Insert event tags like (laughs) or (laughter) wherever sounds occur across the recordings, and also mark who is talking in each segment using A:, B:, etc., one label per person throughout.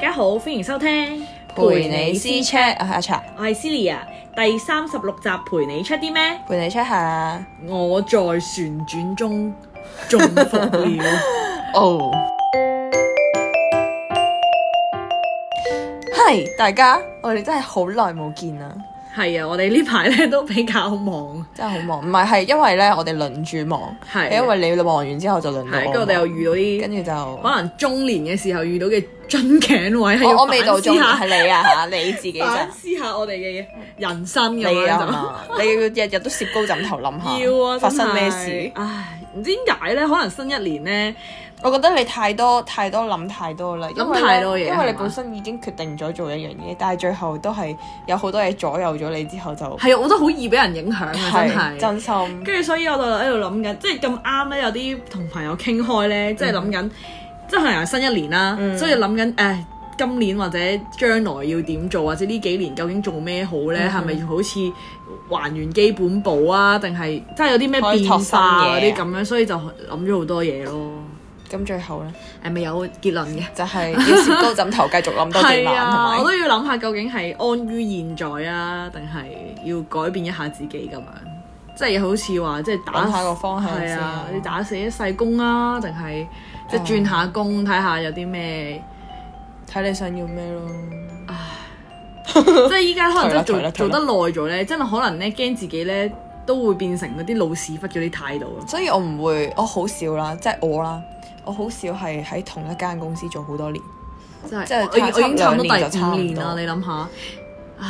A: 家好，歡迎收聽
B: 陪你私 check 啊阿茶，
A: 我係 Celia，第三十六集陪你 check 啲咩？
B: 陪你 check 下。
A: 我在旋轉 (laughs) 中中伏了。
B: 哦，係大家，我哋真係好耐冇見啦，
A: 係啊，我哋呢排咧都比較忙，
B: 真係好忙。唔係係因為咧，我哋輪住忙，
A: 係
B: 係因為你忙完之後就輪到
A: 係跟
B: 我
A: 住我哋又
B: 忙，
A: 遇到啲
B: 跟住就
A: 可能中年嘅時候遇到嘅樽頸位，係
B: 我
A: 要
B: 我未到
A: 反
B: 中
A: 思
B: 年
A: 下，
B: 係你啊 (laughs) 嚇，你自己咋
A: 反？思下我哋嘅人生咁
B: 你啊係
A: 樣就。
B: 嘛？你要日日都攝高枕頭諗下，
A: 要啊！
B: 發生咩
A: 真係
B: 事？
A: 唉，唔知點解咧？可能新一年咧，
B: 我覺得你太多太多諗太多啦，因為
A: 諗太多嘢
B: 因為
A: 係
B: 你
A: 嘛
B: 本身已經決定咗做一樣嘢，但係最後都係有好多嘢左右咗你之後就
A: 係啊，我覺得好易俾人影響啊！真係
B: 係真心
A: 跟住所以我就喺度諗緊，即係咁啱咧，有啲同朋友傾開咧，即係諗緊，即係可能係新一年啦，
B: 嗯
A: 所以諗緊誒今年或者將來要點做，或者呢幾年究竟做咩好咧？係咪、好似還原基本步啊？定係即係有啲咩
B: 開拓
A: 變
B: 新嘢
A: 化
B: 啊
A: 嗰啲咁樣？所以就諗咗好多嘢咯，
B: 咁最後咧
A: 係咪有結論嘅？
B: 就係要攝高枕頭繼續諗多
A: (laughs)
B: 幾
A: 係
B: 晚
A: 啊，
B: 係
A: 我
B: 咪？
A: 都要諗下究竟係安於現在啊，定係要改變一下自己咁樣，即係好似話即係打
B: 諗下個方向
A: 係
B: 先
A: 啊
B: 啊，
A: 你打死一世工啊，定係即係轉下工睇下有啲
B: (laughs)
A: 咩？
B: 睇你想要咩咯。
A: 即係依家可能真係
B: 退
A: 做
B: 啦
A: 做
B: 退啦
A: 得耐咗咧，真係可能咧驚自己咧都會變成嗰啲老屎忽嗰啲態度咯。啊
B: 所以我唔會，我好少啦，即係我啦，我好少係喺同一間公司做好多年。
A: 即係
B: 即係
A: 我已我已經差唔多第
B: 兩年就差唔
A: 五
B: 多
A: 年啦，你諗下，唉！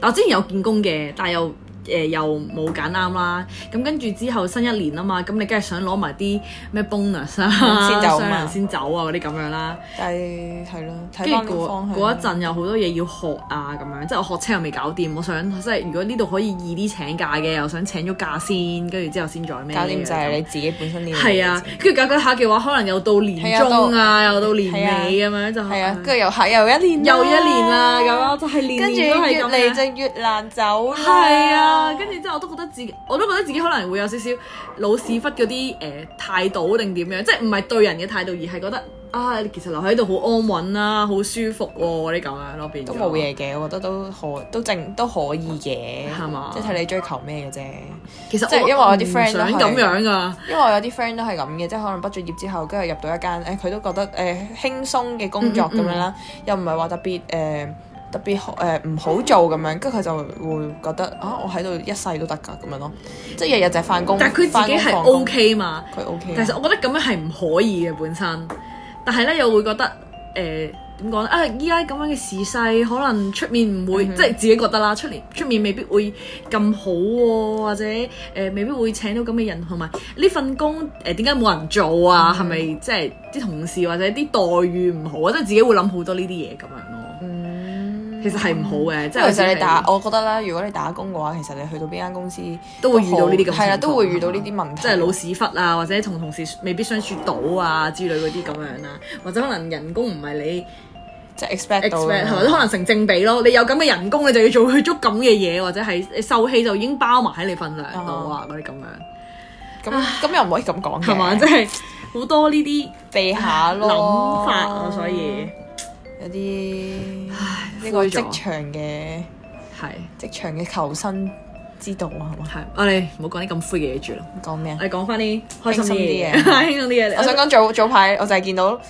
A: 但我之前有見工嘅，但係又誒、呃又冇揀啱啦。咁跟住之後新一年啊嘛，咁你梗係想攞埋啲咩 bonus 啊，
B: 嗯先走啊嘛
A: 商量先走啊嗰啲咁樣啦。
B: 但係係咯，
A: 跟
B: 睇翻
A: 住
B: 個
A: 嗰
B: 方向。
A: 嗰一陣有好多嘢要學啊咁樣，即係我學車又未搞掂，我想即係如果呢度可以易啲請假嘅，又想請咗假先，跟住之後先再咩
B: 搞掂就係
A: 嘅
B: 你自己本身呢樣嘢
A: 係啊，跟住搞搞下嘅話，可能又到年
B: 係啊
A: 中
B: 到
A: 啊，又到年
B: 係啊
A: 尾咁樣就
B: 係啊
A: 唉，
B: 跟住又係又一年啦
A: 又一年啦，咁咯，就係年
B: 跟住
A: 年都係
B: 越
A: 咁
B: 嚟
A: 樣。
B: 就越難走啦。
A: 係啊，跟住之後我都覺得自己，我都覺得自己可能會有少少老屎忽嗰啲誒態度定點樣，即係唔係對人嘅態度，而係覺得啊，其實留喺度好安穩啦、好舒服喎、你咁樣咯，變咗
B: 都冇。嘢嘅，我覺得都可都正都可以嘅，
A: 係嘛
B: 即係睇你追求咩嘅啫。
A: 其實
B: 即係因為我啲 friend
A: 唔想
B: 都係
A: 咁樣啊噶，
B: 因為我有啲 friend 都係咁嘅，即係可能畢咗業之後，跟住入到一間誒，佢、都覺得誒、輕鬆嘅工作
A: 嗯
B: 咁樣啦，又唔係話特別誒、特別誒唔、好做咁樣，跟住佢就會覺得啊，我喺度一世都得㗎咁樣咯，即係日日就係翻工，
A: 但係佢自己
B: 返
A: 係
B: 工放工
A: O K 嘛。
B: 佢啊 O K，
A: 但其實我覺得咁樣係唔可以嘅本身，但係咧又會覺得誒點講咧啊！依家咁樣嘅時勢，可能出面唔
B: 嗯
A: 會，即係自己覺得啦，出面出面未必會咁好喎、或者誒、呃未必會請到咁嘅人，同埋呢份工誒點解冇人做
B: 嗯
A: 啊？係咪即係啲同事或者啲待遇唔好啊？即係自己會諗好多呢啲嘢咁樣咯。其實係唔好嘅，即
B: 即係
A: 係
B: 嗯其實你打
A: 有時係，
B: 我覺得啦，如果你打工嘅話，其實你去到邊間公司
A: 都會遇到呢啲咁嘅
B: 係啦，
A: 情況啊
B: 都會遇到呢啲問題，
A: 即係老屎忽啊，或者同同事未必相處到啊之類嗰啲咁樣啦，或者可能人工唔係你。
B: 即係 expect 到
A: expect 係咪？可能成正比咯。你有咁嘅人工，你就要做佢足咁嘅嘢，或者係你受氣就已經包埋喺你份量度
B: 哦
A: 啊嗰啲咁樣，
B: 咁咁又唔可以咁講嘅，
A: 係嘛？即係好多呢啲
B: 避下咯
A: 諗法啊，
B: 哦
A: 所以
B: 有啲呢個
A: 灰咗
B: 職場嘅
A: 係
B: 職場嘅求生之道啊，係嘛？
A: 係我哋唔好講啲咁灰嘅嘢住啦，
B: 講咩啊
A: 我？哋講翻啲 (laughs) 開心啲嘢，
B: 輕
A: 係輕鬆
B: 鬆啲嘢
A: 啲嘢。
B: 我想講早早排我就係見到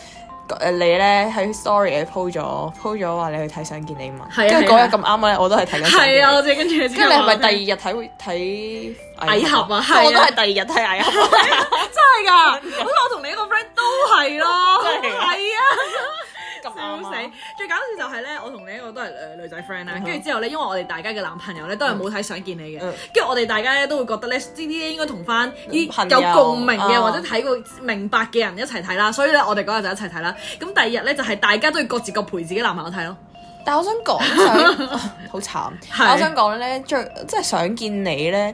B: 誒你咧喺 story 你 po 咗 po 咗話你去睇想見你嘛，
A: 係啊
B: 跟住嗰
A: 係啊
B: 日咁啱咧我都係睇緊想見你。
A: 係啊，我哋跟住跟
B: 跟住你係咪第二日睇會睇
A: 蟻俠啊係啊
B: 我都係第二日睇蟻俠，啊
A: (laughs) 真係㗎？
B: (laughs)
A: 好似我同你一個 friend 都係咯，
B: 真係㗎
A: 係啊。
B: 咁
A: 笑
B: 啱
A: 死
B: 啊！！
A: 最搞笑就係咧，我同你一個都係誒女仔 friend 啦，跟住之後咧，因為我哋大家嘅男朋友咧都係冇睇想見你嘅，
B: 嗯
A: 跟住我哋大家咧都會覺得咧，呢啲應該同翻啲
B: 朋
A: 有
B: 友
A: 共鳴嘅
B: 啊
A: 或者睇過明白嘅人一齊睇啦，所以咧我哋嗰日就一齊睇啦。咁第二日咧就係大家都要各自各陪自己男朋友睇咯，
B: 但係我想講想
A: (laughs)
B: 好慘，但我想講咧最即係想見你咧，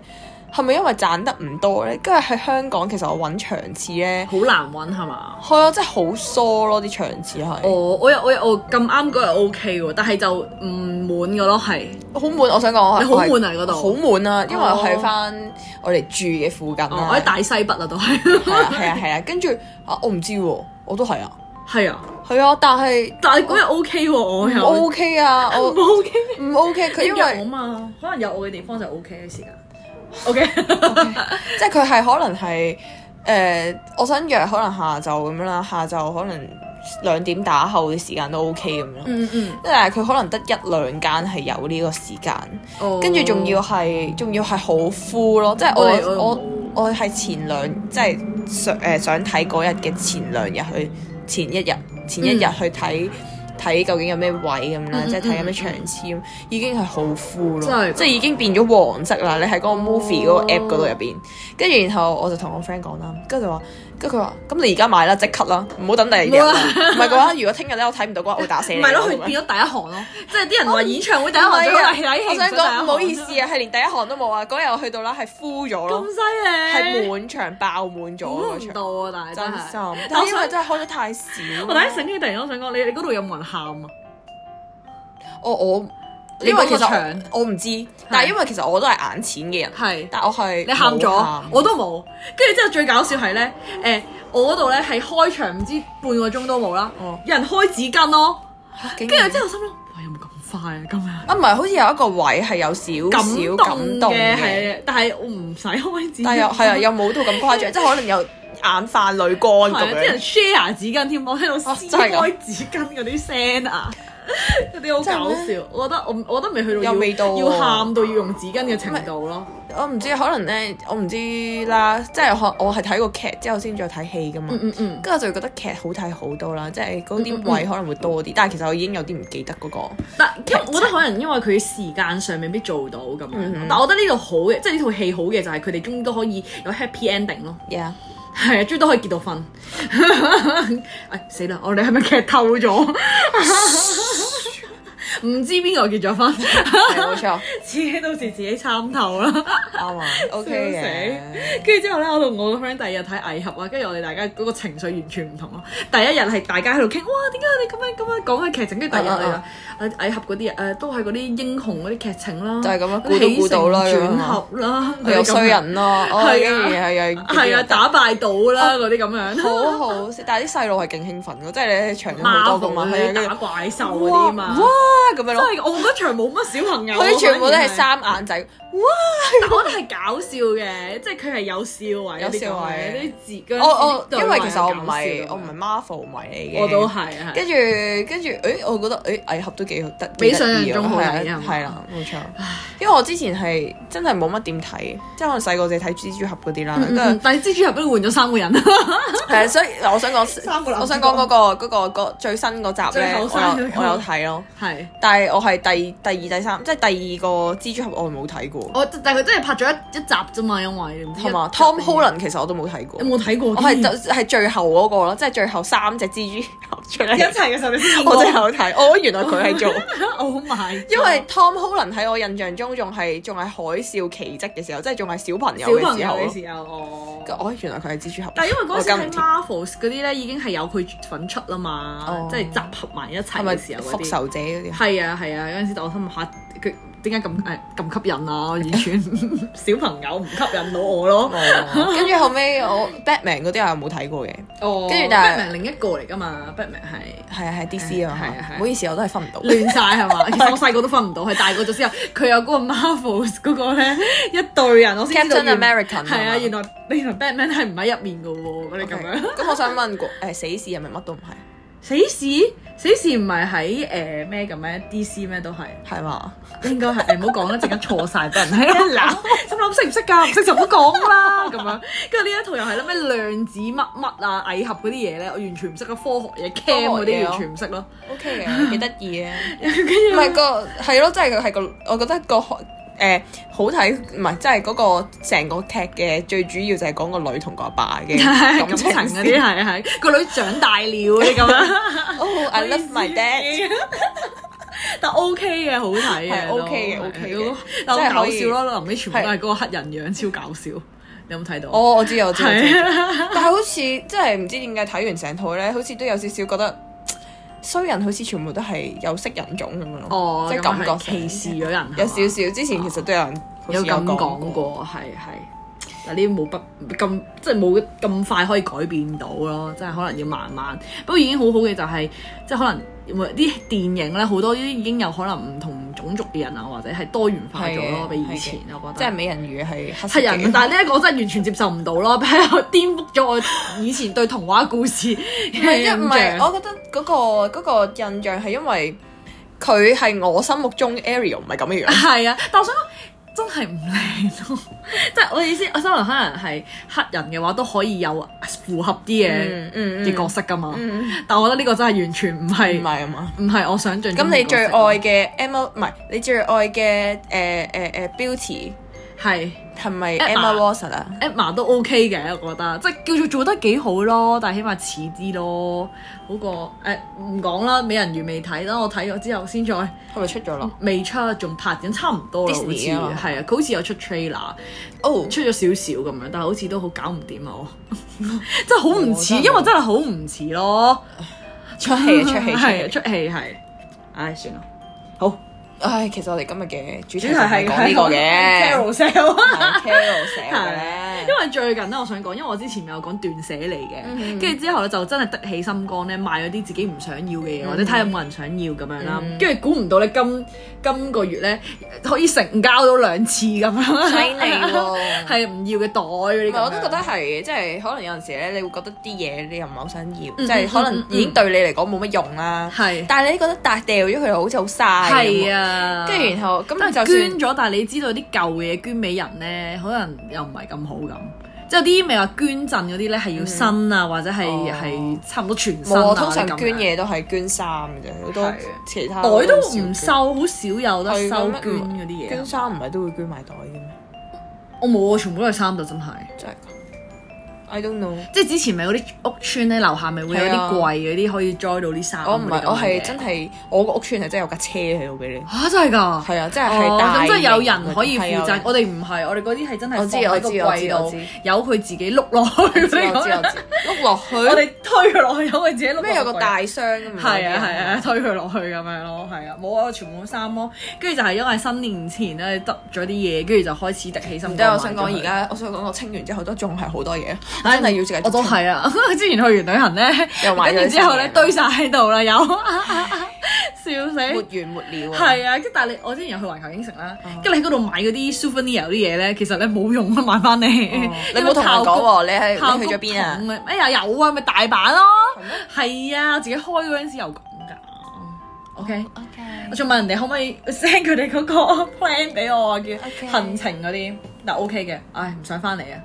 B: 係咪因為賺得唔多咧？跟住喺香港其實我揾場次咧，
A: 好難揾係嘛？
B: 係啊，真係好疏咯啲場次係，
A: 哦我我有我有我咁啱嗰日 O K 喎，但係就唔滿嘅咯，係
B: 好悶。我想講我係
A: 你好悶啊
B: 我係
A: 嗰度
B: 好悶啊，因為我
A: 哦
B: 喺翻我哋住嘅附近
A: 哦我喺
B: 啦， (laughs)
A: 大西北啊都係。 (laughs)
B: 係啊係啊係啊，跟住啊我唔知喎，我都係啊，
A: 係啊，
B: 係啊，但係
A: 但係嗰日 OK 喎，我
B: 唔
A: 又
B: OK 啊，我
A: 唔 OK，
B: 唔 OK，佢因
A: 因為
B: 為
A: 我嘛，可能有我嘅地方就 OK 嘅時間。OK，
B: 即係佢係可能係誒、呃我想約可能下晝咁樣啦，下晝可能兩點打後嘅時間都 OK 咁樣。
A: 嗯嗯，
B: 但係佢可能得一兩間係有呢個時間，
A: 哦
B: 跟住仲要係仲要係好 full 咯，即係
A: 我哋
B: 我
A: 我
B: 我我係前兩即係想誒想睇嗰日嘅前兩日去前一日前一日
A: 嗯
B: 去睇睇究竟有咩位咁啦
A: 嗯，嗯
B: 即係睇有咩場次咁，已經係好 full
A: 真係
B: 咯
A: 㗎，
B: 即係已經變咗黃色啦。你喺嗰個 movie 嗰個
A: 哦
B: app 嗰度入邊，跟住然後我就同我 friend 講啦，跟住就話，跟住佢話：咁你而家買啦，即刻啦，唔好等第二
A: (laughs)
B: 日啦。唔係嘅話，如果聽日咧我睇唔到嘅話，我會打死
A: 唔
B: 你。
A: 係咯，
B: 咁
A: 佢
B: 樣
A: 變咗第一行咯，即係啲人話演唱會第一
B: 唔
A: 行最
B: 係
A: 好
B: 啊
A: 係睇戲，
B: 我想
A: 唔想第一
B: 講
A: 行
B: 唔好意思啊，係連第一行都冇啊！嗰日我去到啦，係 full 咗
A: 咁
B: 咯，
A: 犀利，
B: 係滿場爆滿咗
A: 估
B: 嗰
A: 唔
B: 場，
A: 到啊！但
B: 真
A: 係真係，
B: 心。
A: 但
B: 但
A: 我
B: 係因為
A: 想
B: 真係開得太少，啊
A: 我第一醒起，突然間我想講，你你嗰度有冇人喊啊？
B: 我我
A: 你
B: 因為其
A: 嗰個
B: 實
A: 場
B: 我我唔知，但係因為其實我都係眼淺嘅人，
A: 係。
B: 但我係
A: 你喊
B: 冇
A: 咗，我都冇。跟住之後最搞笑係咧，誒、我嗰度咧係開場唔知半個鐘都冇啦，
B: 哦
A: 有人開紙巾咯。
B: 跟
A: 跟住
B: 住
A: 之後心諗，哇有冇咁快啊今日？
B: 啊唔係，好似有一個位係有少少感動
A: 嘅
B: 嘅，
A: 係，但係我唔使開紙巾。
B: 但又
A: (laughs)
B: 係啊，又冇到咁誇張，即係可能有眼泛淚
A: 係
B: 乾
A: 啊
B: 咁
A: 啲人
B: 樣，
A: share 紙巾添，我聽到撕
B: 啊真係㗎
A: 開紙巾嗰啲聲啊，嗰啲好
B: 真係
A: 搞
B: 咩
A: 笑。我覺得我我覺得未去到
B: 有
A: 要
B: 味道
A: 要
B: 喎
A: 喊到要用紙巾嘅程度咯。
B: 我唔知，可能咧，我唔知啦，即係可我係睇過劇之後先再睇戲噶嘛。
A: 嗯嗯嗯，
B: 跟住我就覺得劇好睇好多啦，即係
A: 嗯
B: 嗰
A: 嗯
B: 啲
A: 嗯
B: 位可能會多啲，但係其實我已經有啲唔記得嗰個。
A: 但因為我覺得可能因為佢時間上未必做到咁樣，
B: 嗯嗯
A: 但我覺得呢度好嘅，即係呢套戲好嘅就係佢哋終於都可以有 happy ending 咯。 (laughs)
B: Yeah，
A: 係啊，終於都可以結到婚。 (laughs) 哎死啦！我哋係咪劇透咗？ (laughs) 唔知邊個結咗婚， (laughs)
B: 係冇錯，
A: 自己到時自己參透啦。
B: 啱啊，OK 嘅。
A: 跟住之後咧，我同我個 friend 第二日睇《蟻俠》啊，跟住我哋大家嗰個情緒完全唔同咯。第一日係大家喺度傾，哇點解你咁樣咁樣講嘅劇情？跟住第二日
B: 啊
A: 你就誒蟻俠嗰啲誒都係嗰啲英雄嗰啲劇情啦，
B: 就係咁樣
A: 嗰啲
B: 估都估到啦
A: 起承
B: 咁
A: 轉
B: 樣啊
A: 合啦，
B: 我有衰人咯，
A: 係啊
B: 哦，跟住係啊，
A: 係啊，打敗到啦嗰啲咁樣，
B: 好好笑，但係啲細路係勁興奮嘅，即係你喺場咗好多噶嘛，
A: Marvel 嗰
B: 係啊，
A: 啲
B: 跟
A: 打
B: 住
A: 怪獸嗰
B: 哇
A: 啲啊嘛
B: 哇。咁樣
A: 真
B: 咯，
A: 係，我嗰場冇乜小朋友，
B: 佢哋全部都
A: 反而
B: 係三眼仔，
A: 但我覺得係搞笑嘅，即係佢係有笑位，
B: 有笑位
A: 啲字嗰
B: 我我
A: 陣時
B: 因為其實我
A: 對
B: 唔係
A: 話
B: 我唔係 Marvel 迷嚟嘅，
A: 啊有搞笑我都係係
B: 跟住跟住，誒，我覺得誒蟻俠都幾好得，
A: 比
B: 幾得意
A: 想像中好
B: 喎
A: 睇
B: 係啊
A: 係嘛
B: 係啦，冇錯。因為我之前係真係冇乜點睇，即係可能細個就睇蜘蛛俠嗰啲啦，
A: 嗯嗯
B: 跟
A: 嗯
B: 住
A: 但係蜘蛛俠都換咗三個 (laughs) 人，
B: 係啊所以我想
A: 三個
B: 講，
A: 男
B: 我想講嗰個嗰個個最新嗰集
A: 最
B: 咧，
A: 後
B: 我
A: 生
B: 有
A: 嗰個
B: 我有睇咯，
A: 係
B: 但係我係第第二第三，即係第二個蜘蛛俠我係冇睇過，
A: 我但係佢真係拍咗一一集啫嘛，因為你唔知
B: 同埋
A: 哦一集
B: Tom
A: 定
B: Holland 其實我都冇睇過
A: 有，冇睇過？
B: 我
A: (laughs)
B: 係就係最後嗰個咯，即係最後三隻蜘蛛俠出
A: 一齊
B: 嚟，
A: 嘅時候你先見過
B: 我真係有睇，哦，原來佢係做。
A: (laughs) Oh my！
B: 因為 Tom Holland 喺我印象中仲係仲係海嘯奇蹟嘅時候，即係仲係小朋友
A: 小朋
B: 嘅時
A: 友
B: 候
A: 嘅
B: 咯。
A: 時啊候，哦。
B: 哦，原來佢係蜘蛛俠。
A: 但係因為嗰陣時
B: 我
A: 喺
B: 今
A: Marvel 嗰啲咧已經係有佢份出啦嘛
B: 哦，
A: 即係集合埋一齊
B: 係咪
A: 嘅時候嗰
B: 復
A: 啲。
B: 仇者嗰啲？
A: 係啊係啊，嗰陣時我心諗嚇佢點解咁誒咁吸引啊？完全 (laughs) 小朋友唔吸引到我咯。
B: 哦跟住後尾我 Batman 嗰啲我冇睇過嘅，
A: 哦，
B: 跟住但係
A: Batman 另一個嚟㗎嘛，Batman 係。
B: 係啊係
A: 係
B: DC 啊
A: 啊
B: 嘛
A: 係啊，係啊
B: 唔好意思我都係分唔到。
A: 亂晒係
B: (laughs)
A: 嘛？其實我細個都分唔到，係大個咗之後，佢有嗰個 Marvels 嗰個咧一隊人，我先知道
B: Captain
A: 原
B: American
A: 係啊，
B: 係嘛
A: 原來原來 Batman 係唔喺入面嘅喎，你咁樣
B: OK，咁我想問過誒死侍係咪乜都唔係？
A: 死侍死侍唔係喺誒咩嘅咩 DC 咩都係，
B: 係嘛？
A: 應該係誒唔好講啦，陣間錯晒俾人
B: (laughs)
A: 喺度鬧， (laughs) 心諗識唔識㗎？唔識就唔好講啦咁樣。跟住呢一套又係啦，咩量子乜乜啊、蟻俠嗰啲嘢咧，我完全唔識啊，科學嘢 cam 嗰
B: 嘢
A: 啲
B: 啊
A: 完全唔識咯。 (laughs)
B: OK 嘅，幾得意啊！
A: 跟住
B: 唔係個係咯，即係佢係個，我覺得個誒、呃好睇，唔係即係嗰個成個劇嘅最主要就係講個女同個阿爸
A: (laughs)
B: 嘅
A: 感
B: 感
A: 情
B: 情
A: 嗰啲係係個女長大了嗰啲咁樣。
B: 哦、i love (laughs) my dad，
A: (laughs) 但 OK 嘅，好睇嘅
B: 係
A: 都
B: OK 嘅
A: 係
B: OK
A: 都
B: 嘅
A: 但
B: 即係
A: 好搞
B: 可以
A: 笑咯，臨尾全部都係嗰個黑人樣，超搞笑。你有冇睇到？
B: 哦，我知我知，我知
A: 係啊，
B: 但係好似即係唔知點解睇完成套咧，好似都有少少覺得嘖衰人好似全部都係有色人種咁樣咯，
A: 哦，
B: 即
A: 咁
B: 係感
A: 係
B: 覺
A: 歧視咗人，
B: 有少
A: 係嘛
B: 少。之前其實都有人好似
A: 有咁
B: 講
A: 講過，係係。但呢啲冇不咁即係冇咁快可以改變到咯，即係可能要慢慢。不過已經好好嘅就係、即係可能因為啲電影咧好多已經有可能唔同種族嘅人啊，或者係多元化咗
B: 係
A: 咯，
B: 嘅
A: 比以
B: 係嘅
A: 前我覺得。
B: 即係美人魚係黑色
A: 係人，
B: 嘅，
A: 但係呢一個我真係完全接受唔到咯，比較顛覆咗我以前對童話故事
B: 唔係
A: 嘅印
B: 因為
A: 象。
B: 唔係，我覺得嗰、個嗰、個印象係因為佢係我心目中 Ariel 唔係咁嘅樣。
A: 係啊，但我想講真係唔靚咯， (laughs) 即係我意思，我心諗可能係黑人嘅話都可以有符合啲嘅
B: 嗯嗯
A: 嘅角色噶嘛，
B: 嗯嗯
A: 但我覺得呢個真係完全唔
B: 唔
A: 係
B: 係啊嘛。
A: 唔係我想象中
B: 咁你
A: 嘅角
B: 最
A: 色
B: 愛嘅 Emma 唔係你最愛嘅誒誒誒 Beauty
A: 係
B: 係咪
A: Emma
B: Emma Watson 啊？
A: Emma 都 OK 嘅，我覺得即係叫做做得幾好咯，但係起碼似啲咯，好過誒唔講啦，美人魚未睇啦，我睇咗之後先再。
B: 係咪出咗咯？
A: 未出，仲拍緊差唔多啦，好似
B: Disney 啊嘛
A: 係啊，佢好似有出 trailer，
B: 哦，
A: 出咗少少咁樣，但係好似都好搞唔掂啊！我真係好唔似，
B: 我真係冇
A: 因為真係好唔似咯，
B: 出戲出戲出
A: 嗯 (laughs) 係啊
B: 戲。
A: 出戲係，唉算啦，好
B: 唉，其實我哋今日嘅主題就係講呢個嘅
A: carousel 啊。
B: ，Carol 寫嘅
A: 係，
B: 咧
A: 因。為最近咧，我想講，因為我之前咪有講斷捨離嘅，
B: 嗯
A: 跟住之後咧就真係得起心肝咧，買咗啲自己唔想要嘅嘢，
B: 嗯
A: 或者睇下有冇人想要咁樣啦
B: 嗯。
A: 跟住估唔到咧，今今個月咧可以成交到兩次咁樣，
B: 犀利喎
A: (laughs) 係唔要嘅袋嗰啲咁樣。
B: 唔係，我都覺得係，即係可能有陣時咧，你會覺得啲嘢你又唔係好想要，即
A: 嗯
B: 係可
A: 嗯嗯
B: 能
A: 嗯
B: 已經對你嚟講冇乜用啦。
A: 係
B: 但係你覺得但掉咗佢又好似好嘥咁
A: 係
B: 喎。
A: 啊，
B: 跟住然後咁你就
A: 捐
B: 算
A: 咗，但係你知道啲舊嘢捐俾人咧，可能又唔係咁好咁。即係有啲咪話捐贈嗰啲咧係要新啊，或者係
B: 嗯哦
A: 係差唔多全新
B: 冇
A: 啊。
B: 啊，通常
A: 啲咁樣
B: 捐嘢都係捐衫嘅啫，好多
A: 係
B: 其他
A: 袋都
B: 少捐
A: 唔收，好少有得
B: 係
A: 收
B: 咁
A: 捐嗰啲嘢
B: 捐。衫唔係都會捐埋袋嘅咩？
A: 我冇啊，全部都係衫就真係。
B: 真係㗎，I don't know。
A: 即係之前咪嗰啲屋村咧，樓下咪會有
B: 係啊
A: 啲櫃嗰啲可以栽到啲衫。
B: 我唔係，我係真
A: 係
B: 係我個屋村係真係有架車喺度俾你。
A: 嚇真係㗎。
B: 係啊，真係係
A: 哦，
B: 大
A: 咁
B: 型嗰啲。
A: 即係有人可以
B: 係
A: 負
B: 啊
A: 責，我哋唔係，我哋嗰啲係真係
B: 我
A: 放
B: 知
A: 喺個
B: 我知我知
A: 櫃
B: 我
A: 度
B: 知，
A: 由佢自己碌落去
B: 我知我知我
A: 嗰啲。
B: 知碌
A: (laughs)
B: 落
A: 我
B: 去。
A: 哋推佢落去，由佢自己碌落個櫃。啊
B: 咩有個大箱咁
A: 係啊係啊，推佢落去咁樣咯，係啊，冇啊，全部都衫咯，跟住就係因為新年前咧執咗啲嘢，跟住就開始滴起心肝。
B: 唔得，我想
A: 買咗
B: 講
A: 佢
B: 而家，我想講我清完之後都仲係好多嘢，我
A: 唉
B: 真係要自己。
A: 我都。係啊！ (laughs) 之前去完旅行咧，
B: 又買咗啲
A: 跟住之後咧
B: 新嘢
A: 堆晒喺度啦，又 (laughs) 笑
B: 沒
A: 死！
B: 完沒了啊！哦
A: 係啊，跟但係你我之前有去環球影城啦，跟住你喺嗰度買嗰啲 souvenir 嗰啲嘢咧，其實咧冇用啊，買翻嚟。
B: 哦你冇同
A: (laughs)
B: 人講喎，你係你去咗邊
A: 炮
B: 啊
A: 谷？桶哎呀有啊，咪大阪咯
B: 係
A: 係
B: 咩。
A: 啊，我自己開嗰陣時有講㗎。OK，我
C: Okay.
A: 仲問人哋可唔可以 (laughs) send 佢哋嗰個 plan 俾我啊，叫
C: OK
A: 行程嗰啲，但 OK 嘅。唉，唔想翻嚟啊，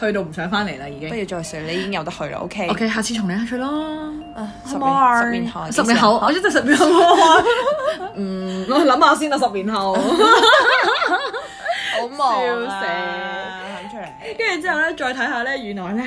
A: 去到唔想翻嚟啦已經
B: 不。如再上，你已經有得去啦，OK？
A: OK，下次從你一去咯。
B: 啊十
A: 好唔
B: 年
A: 好啊十
B: 十年後，
A: 年後，我真係十年後。 (laughs) 嗯，我諗下先啦，十年後。
B: 好忙
A: 笑
B: 啊！喊出嚟，
A: (laughs) 跟住之後咧，再睇下咧，原來咧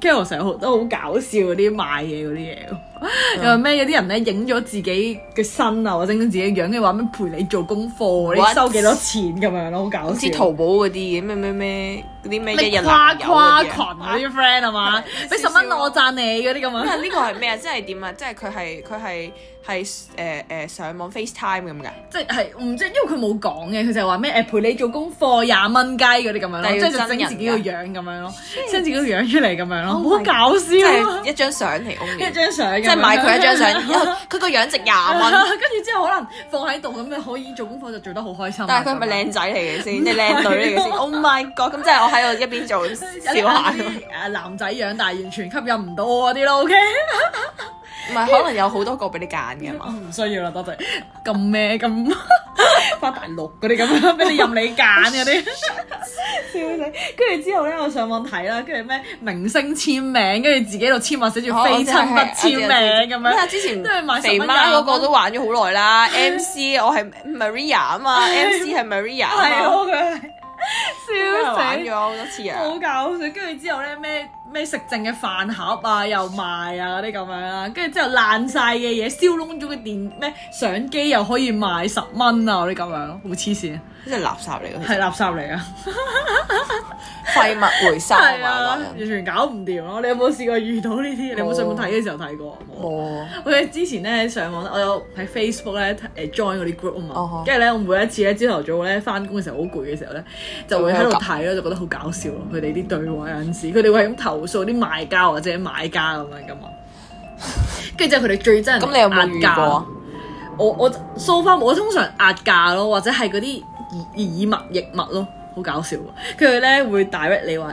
A: c a r o l 成日好都好搞笑嗰啲賣嘢嗰啲嘢喎，又話咩有啲人咧影咗自己嘅身啊，或者影咗自己嘅樣嘅話，咩陪你做功課，你
B: What？
A: 收幾多錢咁樣咯，好搞
B: 好似
A: 笑。
B: 淘寶嗰啲咩咩咩嗰啲咩一
A: 你
B: 日
A: 跨
B: 男友
A: 跨
B: 嗰啲
A: 群
B: 啊
A: 嗰啲 friend 係 (laughs) 嘛？俾十蚊我讚你嗰啲咁
B: 咁啊
A: 啊！
B: 呢個係咩啊？即係點啊？即係佢係佢係係誒誒上網 FaceTime 咁㗎，
A: 即係唔知，因為佢冇講嘅，佢就係話咩誒陪你做功課廿蚊雞嗰啲咁樣咯，
B: 但係
A: 即
B: 要
A: 係就
B: 真
A: 整
B: 人
A: 自己個
B: 㗎 Oh
A: 樣咁樣咯，send 自己個樣出嚟咁樣咯，好
B: my
A: 搞
B: 即
A: 笑啊！
B: 係一張相嚟 o
A: 一張相咁樣，
B: 即係買佢一
A: (laughs)
B: 張 (laughs) 相，佢個樣值廿 (laughs) 蚊，
A: 跟住之後可能放喺度咁，你可以做功課就做得好開心啊。
B: 但係佢係咪靚仔嚟嘅 (laughs) 先？你靚女嚟嘅先？Oh my god！咁即係我喺度一邊 (laughs) 做
A: 咁樣？有啲
B: 笑下，
A: 誒男仔樣，但係完全吸引唔到我嗰啲咯，OK？
B: 唔係可能有好多個俾你揀㗎嘛？
A: 唔需要啦，多謝。咁咩咁 (laughs) 發大陸嗰啲咁樣，俾你任你 (laughs) 揀嗰啲，笑死！跟住之後咧，我上網睇啦，跟住咩明星簽名，跟住自己喺度簽話啊寫住非親不簽名咁
B: 咩啊？
A: 樣。
B: 之
A: 都係買
B: 前
A: 十
B: 肥
A: 蚊
B: 媽嗰個
A: 廿蚊
B: 都玩咗好耐 (laughs) 啦。MC 我係 Maria 啊嘛，MC 係 Maria
A: 係
B: 啊嘛，
A: (laughs) 咯，佢係
B: 都
A: 笑
B: 係玩
A: 死
B: 咗。好多次啊。
A: 好搞笑！跟住之後咧，咩咩食剩嘅飯盒啊，又賣啊嗰啲咁樣啦，跟住之後爛晒嘅嘢，燒窿咗嘅電咩相機又可以賣十蚊啊嗰啲咁樣咯，好黐線，
B: 即係垃圾嚟嘅，
A: 係垃圾嚟啊！
B: 廢物回收啊
A: 係
B: 嘛
A: 啊，
B: 話
A: 完
B: 人
A: 全搞唔掂咯！你有冇試過遇到呢啲？你有冇上網睇嘅時候睇過？冇。
B: 冇啊
A: 我哋之前咧上網，我有喺 Facebook 咧誒 join 嗰啲 group 啊
B: 哦
A: 嘛
B: 呵，
A: 跟住咧我每一次咧朝頭早咧翻工嘅時候好攰嘅時候咧，就會喺度睇咯，就覺得好搞笑咯。佢哋啲對話有陣時，佢哋會係咁投訴啲賣家或者買家咁樣噶嘛。跟住之後佢哋最憎人
B: (laughs) 咁你有冇遇過
A: 壓價
B: 啊？
A: 我我 so far 我通常壓價咯，或者係嗰啲以以物易物咯，好搞笑喎。佢咧會 direct 你話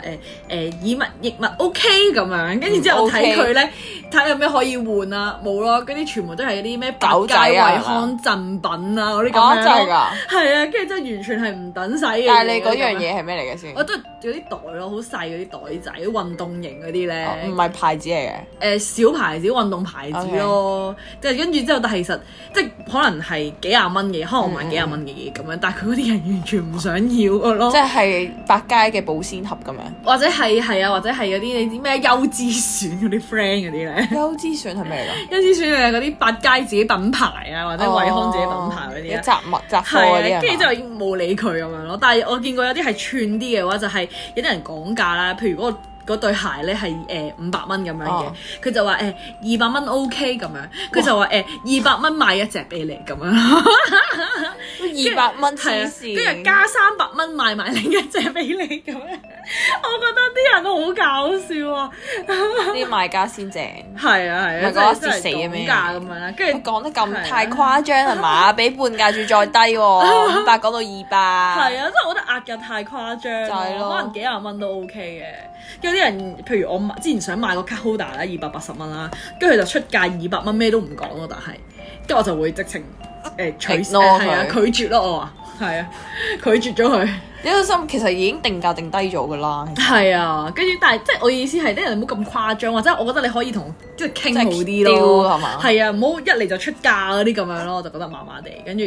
A: 誒誒以物易物 OK 咁樣，跟住之後我睇
B: 嗯 OK
A: 佢咧睇有咩可以換啊，冇咯，跟住全部都係啲咩百
B: 狗仔
A: 佳
B: 啊係
A: 惠
B: 嘛
A: 康贈品啊嗰啲
B: 哦，
A: 咁
B: 真
A: 樣
B: 係
A: 咯，
B: 㗎。
A: 係啊，跟住真係完全係唔等使嘅。
B: 但係你嗰樣，嘢係咩嚟嘅先？
A: 我都係有啲袋咯，好細嗰啲袋仔，運動型嗰啲咧。
B: 哦唔係牌子嚟嘅，
A: 誒、呃小牌子、運動牌子咯，即係跟住之後，但係其實即係可能係幾廿蚊嘅，可能我
B: 嗯
A: 買幾廿蚊嘅嘢咁樣，但係佢嗰啲人完全唔想要嘅咯
B: 即，係百佳嘅保鮮盒咁樣。
A: 或者係係啊，或者係嗰啲你知咩優之選嗰啲 friend 嗰啲
B: (laughs)
A: 咧，
B: 優之選係
A: (laughs)
B: 咩嚟
A: 優之選係嗰啲百佳自己品牌啊，或者
B: 㗎？
A: 惠康自己品牌嗰啲啊
B: 哦。雜物雜貨嗰
A: 係
B: 啲
A: 啊，跟住之後
B: 係
A: 已經冇理佢咁樣咯。但係我見過有啲係串啲嘅話，就係、有啲人講價啦。譬如嗰、個嗰對鞋咧係誒五百蚊咁樣嘅
B: 哦，
A: 佢、就話誒二百蚊 OK 咁樣，佢就話誒二百蚊買一隻俾你咁
B: (laughs)
A: 樣，
B: 嘛二百蚊
A: 係啊，
B: 黐線，
A: 跟住加三百蚊買埋另一隻俾你咁樣，我覺得啲人好搞笑啊！ (laughs)
B: 啲賣家先正。
A: 係啊係
B: 唔
A: 啊，
B: 係嗰一
A: 真係
B: 時死嘅咩
A: 講價咁樣啦，跟住。
B: 講得咁
A: 係啊
B: 太誇張
A: (laughs)
B: 係嘛？俾半價住再低喎，但係講到二百，
A: 係啊，即係我覺得壓價太誇張
B: 就係
A: 咯，
B: 咯
A: 可能幾廿蚊都 OK 嘅。有啲人，譬如我買之前想買個 card holder 啦，二百八十蚊啦，跟住佢就出價二百蚊，咩都唔講咯，但係跟住我就會直情誒取
B: Ignore
A: 係啊
B: 佢
A: 拒絕咯，我話係啊 (laughs) 拒絕咗佢。
B: 你個心其實已經定價定低咗㗎啦。其實
A: 係啊，跟住但係即係我意思係啲人唔好咁誇張，或者我覺得你可以同即係傾好啲
B: 即係
A: 咯，
B: 調係嘛
A: 係啊，唔好一嚟就出價嗰啲咁樣咯，我就覺得麻麻地。跟住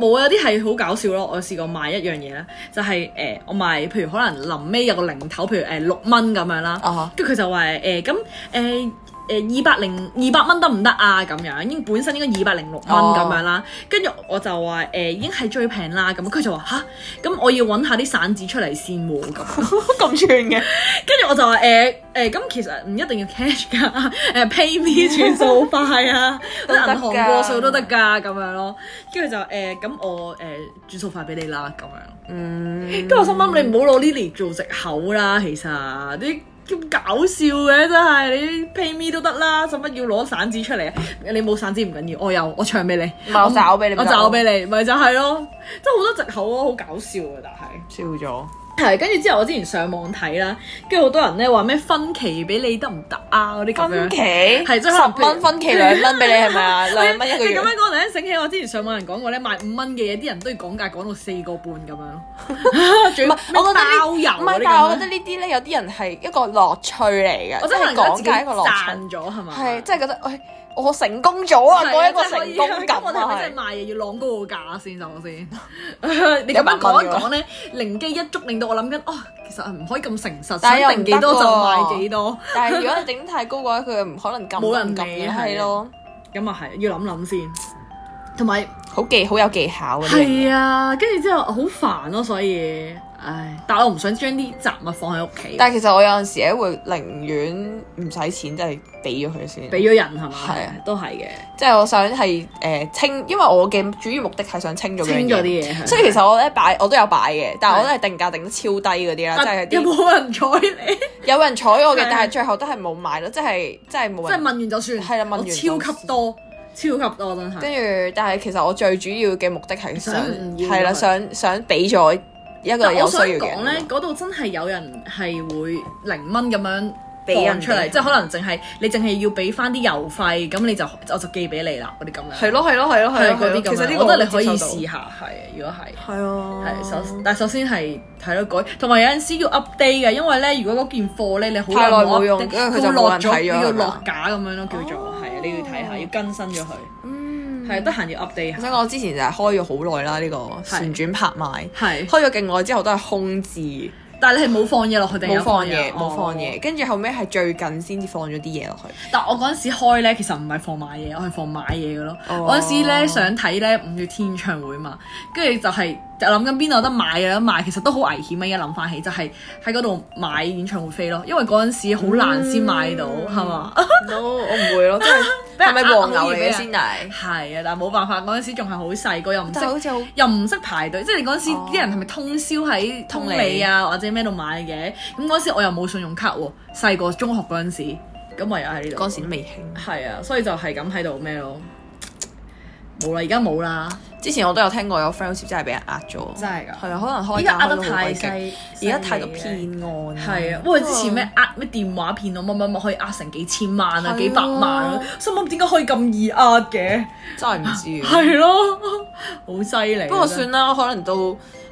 A: 冇啊有啲係好搞笑咯，我試過買一樣嘢咧，就係、誒、我買譬如可能臨尾有個零頭，譬如誒六蚊咁樣啦。 (laughs)
B: 啊哈
A: 跟住佢就話誒咁誒誒二百零二百蚊得唔得啊？咁樣，應本身應該二百零六蚊
B: 哦
A: 咁樣啦。跟住我就話誒、已經係最平啦。咁佢就話吓，咁我要揾下啲散紙出嚟先喎。咁
B: 咁串嘅，
A: 跟住我就話誒誒，咁、其實唔一定要 cash 㗎， (laughs) 誒、PayMe 轉數快啊，或
B: (laughs)
A: 者
B: 都得㗎
A: 銀行過數都得㗎咁樣咯。跟住就誒，咁、我誒、轉數快俾你啦咁樣。
B: 嗯
A: 跟，住我心諗你唔好攞 Lily 做藉口啦，其實你咁搞笑嘅真係，你 PayMe 都得啦，使乜要攞散紙出嚟啊？你冇散紙唔緊要，我有，我唱俾你，
B: 唔係我找俾你
A: 我
B: 咪得
A: 找
B: 咯
A: 俾你，咪就係咯，真係好多藉口咯，好搞笑啊，但係。
B: 笑咗。
A: 係，跟住之後我之前上網睇啦，跟住好多人咧話咩分期俾你得唔得啊嗰啲咁
B: 分
A: 樣
B: 期。
A: 係即係可能譬
B: 十
A: 如
B: 蚊分期兩蚊俾你係咪
A: (laughs)
B: 啊？兩蚊一
A: 你
B: 個月
A: 咁樣講，我突然間醒起我之前上網人講過咧，賣五蚊嘅嘢，啲人都要講價講到四個半咁樣咯。仲
B: (laughs) 唔
A: 要
B: 係，我覺得呢
A: 包郵啊
B: 唔
A: 嗰
B: 係
A: 啲，
B: 但係我
A: 咁
B: 覺得
A: 樣，
B: 呢啲咧有啲人係一個樂趣嚟嘅，
A: 我
B: 即
A: 真哦係可
B: 係
A: 能覺
B: 講
A: 得自己
B: 解一個樂趣，
A: 賺咗係嘛？
B: 係即係覺得喂我成功咗啊！
A: 係啊
B: 嗰一個
A: 真係可以
B: 成功感
A: 咁我哋係咪真係
B: 啊，
A: 賣嘢要浪高個價先，首
B: (laughs)
A: 先。你咁樣講一講咧，靈機一觸，令到我諗緊，哦，其實係唔可以咁誠實，
B: 但係又
A: 想定幾多就
B: 唔得
A: 賣
B: 喎
A: 幾多。
B: 但係如果你整得太高嘅話，佢唔可能撳
A: 冇
B: 都
A: 人
B: 唔撳
A: 理 (laughs)
B: 嘅，係咯，
A: 咁啊係，要諗諗先。同埋
B: 好技好有技巧嘅。
A: 係啊，跟住之後好煩咯，所以唉，但我唔想將啲雜物放喺屋企，
B: 但係其實我有陣時咧會寧願唔使錢，即係俾咗佢先。
A: 俾咗人係咪？
B: 係啊，
A: 都係嘅，
B: 即係我想係誒、呃清，因為我嘅主要目的係想清咗佢
A: 清咗啲。嘢係。
B: 所以其實我咧擺我都有擺嘅，但係我都係定價定得超低嗰啲啦，即
A: 啊
B: 係
A: 有
B: 啲
A: 冇人睬你？
B: 有人睬我嘅
A: 係，
B: 但係最後都係冇買咯，即係即係冇
A: (laughs) 即係問
B: 人。
A: 完就算，
B: 係啦問完
A: 我
B: 就算
A: 超級多，超級多真係。
B: 跟住，但係其實我最主要嘅目的係想
A: 想唔要
B: 係啦，
A: 佢
B: 想想俾咗一個
A: 但
B: 有
A: 我
B: 需
A: 想
B: 要嘅
A: 講
B: 人
A: 咧，嗰度真係有人係會零蚊咁樣
B: 俾人
A: 放出嚟，
B: 哋
A: 即係可能淨係你淨係要俾翻啲郵費，咁你就我就寄俾你啦嗰啲咁樣。
B: 係咯係咯係咯
A: 係
B: 係
A: 啊嗰
B: 咯
A: 啲咁
B: 係咯，其實
A: 樣，
B: 呢個
A: 我覺得你可以
B: 我接受到
A: 試下，係如果係。
B: 係啊，
A: 係首，但係首先係睇到改，同埋有陣時要 update 嘅，因為咧如果嗰件貨咧你好
B: 太耐冇
A: update，
B: 用跟住佢就
A: 會
B: 冇
A: 落
B: 人
A: 咗，
B: 睇咗
A: 要
B: 係咪
A: 落
B: 啊
A: 架咁樣咯，叫做係啊，你要睇下，要更新咗佢，
B: 嗯，
A: 係得閒要 update 下，
B: 所以我之前就係開咗好耐啦，呢個旋轉拍賣，
A: 係
B: 開咗勁耐之後都係空置，
A: 但係你係冇放嘢落去定係有
B: 冇放嘢，
A: 哦
B: 冇放嘢，跟住後尾係最近先至放咗啲嘢落 (laughs) 去。
A: 但我嗰陣時開咧，其實唔係放買嘢，我係放買嘢嘅咯。
B: 哦
A: 我嗰陣時咧想睇咧五月天演唱會嘛，跟住就係就諗緊邊度有得買有得買，其實都好危險啊！而家諗翻起就係喺嗰度買演唱會飛咯，因為嗰陣時好難先買到，
B: 嗯
A: 係嘛、
B: no，我唔會咯，真 (laughs) 係
A: 俾人
B: 係咪
A: 呃
B: 黃牛嚟
A: 好易俾
B: 嘅
A: 人
B: 先係？
A: 係啊，但係冇辦法，嗰陣時仲係好細個，又唔識
B: 但係好似好
A: 又唔識排隊，即係嗰陣時
B: 哦
A: 啲人係咪通宵喺通利啊或者咩度買嘅？咁嗰陣時我又冇信用卡喎，細個中學嗰陣時，咁我又喺呢度。
B: 嗰陣時都未興。
A: 係啊，所以就係咁喺度咩咯，冇啦，而家冇啦，
B: 之前我都有聽過有 friend 好似真係俾人呃咗，
A: 真係㗎
B: 係啊，可能
A: 而
B: 開
A: 家
B: 價
A: 呃
B: 開
A: 得
B: 到好
A: 太
B: 鬼勁，
A: 細，
B: 而家太多
A: 犀利嘅。
B: 騙案。
A: 係啊，喂！之前咩呃咩電話騙到乜乜乜，可以呃成幾千萬
B: 係
A: 啊、
B: 啊
A: 幾百萬啊，心諗點解可以咁易呃嘅？
B: 真係唔知啊。
A: (laughs) 係咯，好犀利啊。
B: 不過
A: 真係
B: 算啦，可能到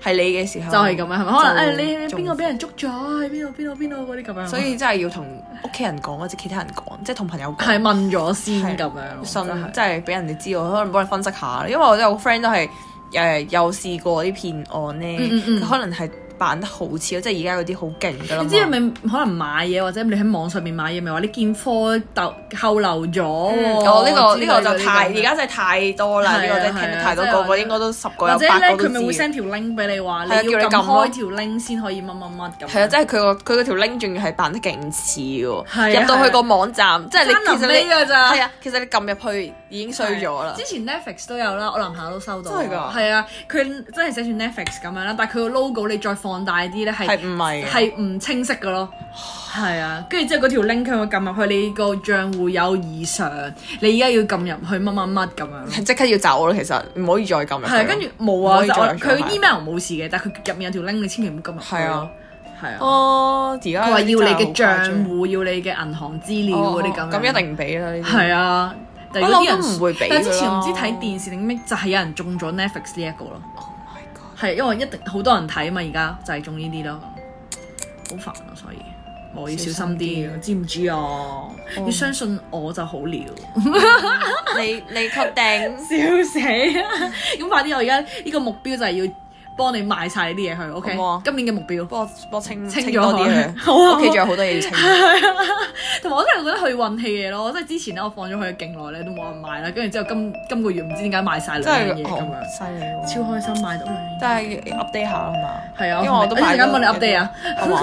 B: 係你嘅時候
A: 就係咁樣，係咪？可能誒哎
B: 就
A: 你你邊個
B: 中
A: 俾人呃捉咗？喺邊度邊度邊度嗰啲咁樣。
B: 所以真係要同屋企人講，或者其他人講，即係同朋友講。
A: 係問咗先
B: 係
A: 咁樣咯，
B: 信
A: 真係
B: 即係俾人哋知道，可能幫你分析下。因為我都有個 friend 都係誒有試過啲騙案咧，
A: 嗯嗯嗯
B: 佢可能係扮得好似咯，即係而家嗰啲好勁噶啦嘛。
A: 你知係咪可能買嘢或者你喺網上面買嘢，咪話你件貨豆扣留咗
B: 嗯
A: 喎？
B: 哦，呢個
A: 之類
B: 呢個
A: 嗰
B: 就
A: 啲咁
B: 太而
A: 樣
B: 家真係太多啦，呢
A: 係啊
B: 個真係聽
A: 係
B: 得
A: 啊
B: 太多
A: 即係
B: 個
A: 話
B: 個應該都十個
A: 或
B: 有
A: 者
B: 八
A: 咧，
B: 個都
A: 佢
B: 知
A: 咪會
B: 嘅。
A: send 條 link 俾你話，你
B: 係
A: 要
B: 啊叫你
A: 撳
B: 撳咯
A: 開條 link 先可以乜乜乜咁樣。
B: 係啊，即係佢個佢嗰條 link 仲要係扮得勁似
A: 係
B: 喎，
A: 啊
B: 入到去個網站，即係你
A: 翻
B: 其
A: 臨
B: 實
A: 尾
B: 你
A: 㗎咋。
B: 係啊，其實你撳入去已經衰咗啦
A: 之。前 Netflix 都有啦，我樓下都收到。
B: 真係㗎
A: 係啊，佢真係寫住 Netflix 咁樣啦，但係佢個 logo 你再放大啲咧，
B: 係
A: 係
B: 唔係啊嘅？
A: 係唔清晰嘅咯。係啊，跟住之後嗰條 link 佢會撳入去，你個賬户有異常，你而家要撳入去乜乜乜咁樣咯。
B: 係即刻要走啦，其實唔可以再撳入去。
A: 係啊，跟住冇啊，
B: 唔可以
A: 就
B: 再
A: 我
B: 入去
A: 佢 email 冇事嘅，但係佢入面有條 link，你千祈唔好撳入去
B: 係啊
A: 咯。係啊，
B: 哦，而家
A: 佢話要你嘅賬
B: 賬
A: 户，要你嘅銀行資料嗰啲咁樣。
B: 哦咁一定唔俾啦。呢啲
A: 係啊，但係
B: 我
A: 如果啲
B: 諗
A: 人
B: 都唔會俾
A: 但
B: 㗎啦
A: 係之前唔知睇電視定咩，就係有人中咗 Netflix 呢一個咯。
B: Oh my god！
A: 係因為一定好多人睇啊嘛，而家就係中呢啲咯。好煩啊，所以我要小心啲，知唔知啊？要相信我就好了。
B: 你你確
A: (laughs)
B: 定？
A: 笑死啊！咁快啲，我而家呢個目標就係要幫你賣晒你啲嘢去，OK？
B: 好唔好啊
A: 今年嘅目標。
B: 幫我幫我清
A: 清咗
B: 多啲
A: 佢好啊
B: 嘢，屋企仲有好多嘢要清。
A: 同埋我真係覺得佢運氣嘅咯，即係之前咧我放咗佢勁耐咧都冇人買啦，跟住之後今今個月唔知點解買晒兩樣
B: 真
A: 嘢
B: 係
A: 咁
B: 好
A: 樣，
B: 犀利喎！
A: 超開心買到兩樣嘢。
B: 但係 update 下啦嘛，
A: 係啊，
B: 因為我都
A: 一陣間幫你
B: 買咗
A: update 啊。
B: 好嘛？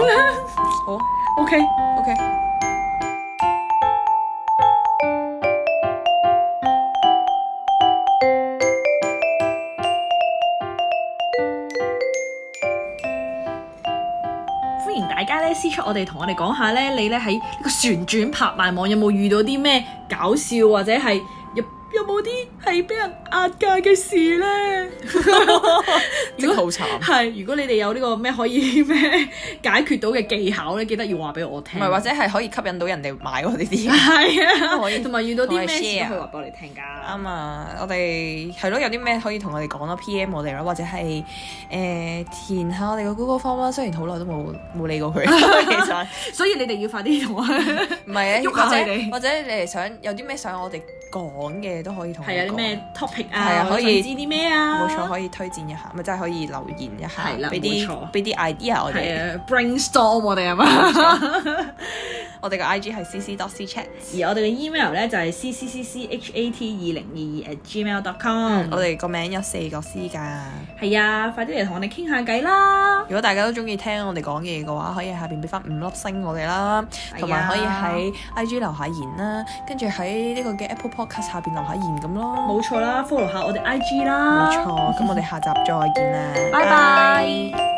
B: 好
A: (laughs) OK。
B: OK。
A: 歡迎大家咧私出我哋，同我哋講下咧，你咧喺呢個旋轉拍賣網有冇遇到啲咩搞笑或者係有有冇啲係俾人壓價嘅事
B: (laughs)
A: 咧？
B: 即係好慘。
A: 係，如果你哋有呢個咩可以 (laughs) 咩解決到嘅技巧咧，記得要話俾我
B: 唔
A: 聽。
B: 係，或者係可以吸引到人哋買我哋
A: (laughs)
B: 啲嘢。
A: 係啊，
B: 可以
A: 同埋遇到啲咩
B: 同我哋
A: 事
B: share
A: 都可以話俾我哋聽㗎。
B: 啱啊！我哋係咯，有啲咩可以同我哋講咯，PM 我哋啦，或者係誒、呃填下我哋個 Google Form 啦。雖然好耐都冇冇理過
A: (laughs)
B: 佢，其實
A: 所以你哋要快啲同我。係
B: 唔係
A: (laughs) 喐下佢
B: 啊，或者
A: 哋
B: 或者你哋想有啲咩想我哋講嘅都可以同
A: (laughs)
B: 我哋
A: 啊，啲
B: 講
A: 咩 topic
B: 係
A: 啊
B: 啊，可以
A: 想知啲咩啊？
B: 冇錯，可以推薦一下，咪真係可以留言一
A: 係
B: 下，
A: 啦
B: 俾
A: 冇錯
B: 啲俾啲 idea 我
A: 係
B: 哋。
A: 啊，brainstorm 我哋啊嘛。
B: 我哋個 IG 係 cc dot c chat，
A: (laughs) 而我哋嘅 email 咧就係 c c c c h a t 二零二二 at gmail dot com。
B: 嗯我哋個名有四個 C 㗎。
A: 係啊，快啲嚟同我哋傾下偈啦！
B: 如果大家都中意聽我哋講嘢嘅話，可以喺下邊俾翻五粒星我哋啦，
A: 係啊
B: 同埋可以喺 IG 留下言啦，跟住喺呢個嘅 Apple Podcast 下邊留下言咁咯。
A: 冇錯啦，follow 下我哋 IG
B: 冇
A: 啦。
B: 錯，咁我哋下集再見啦，
A: 拜拜。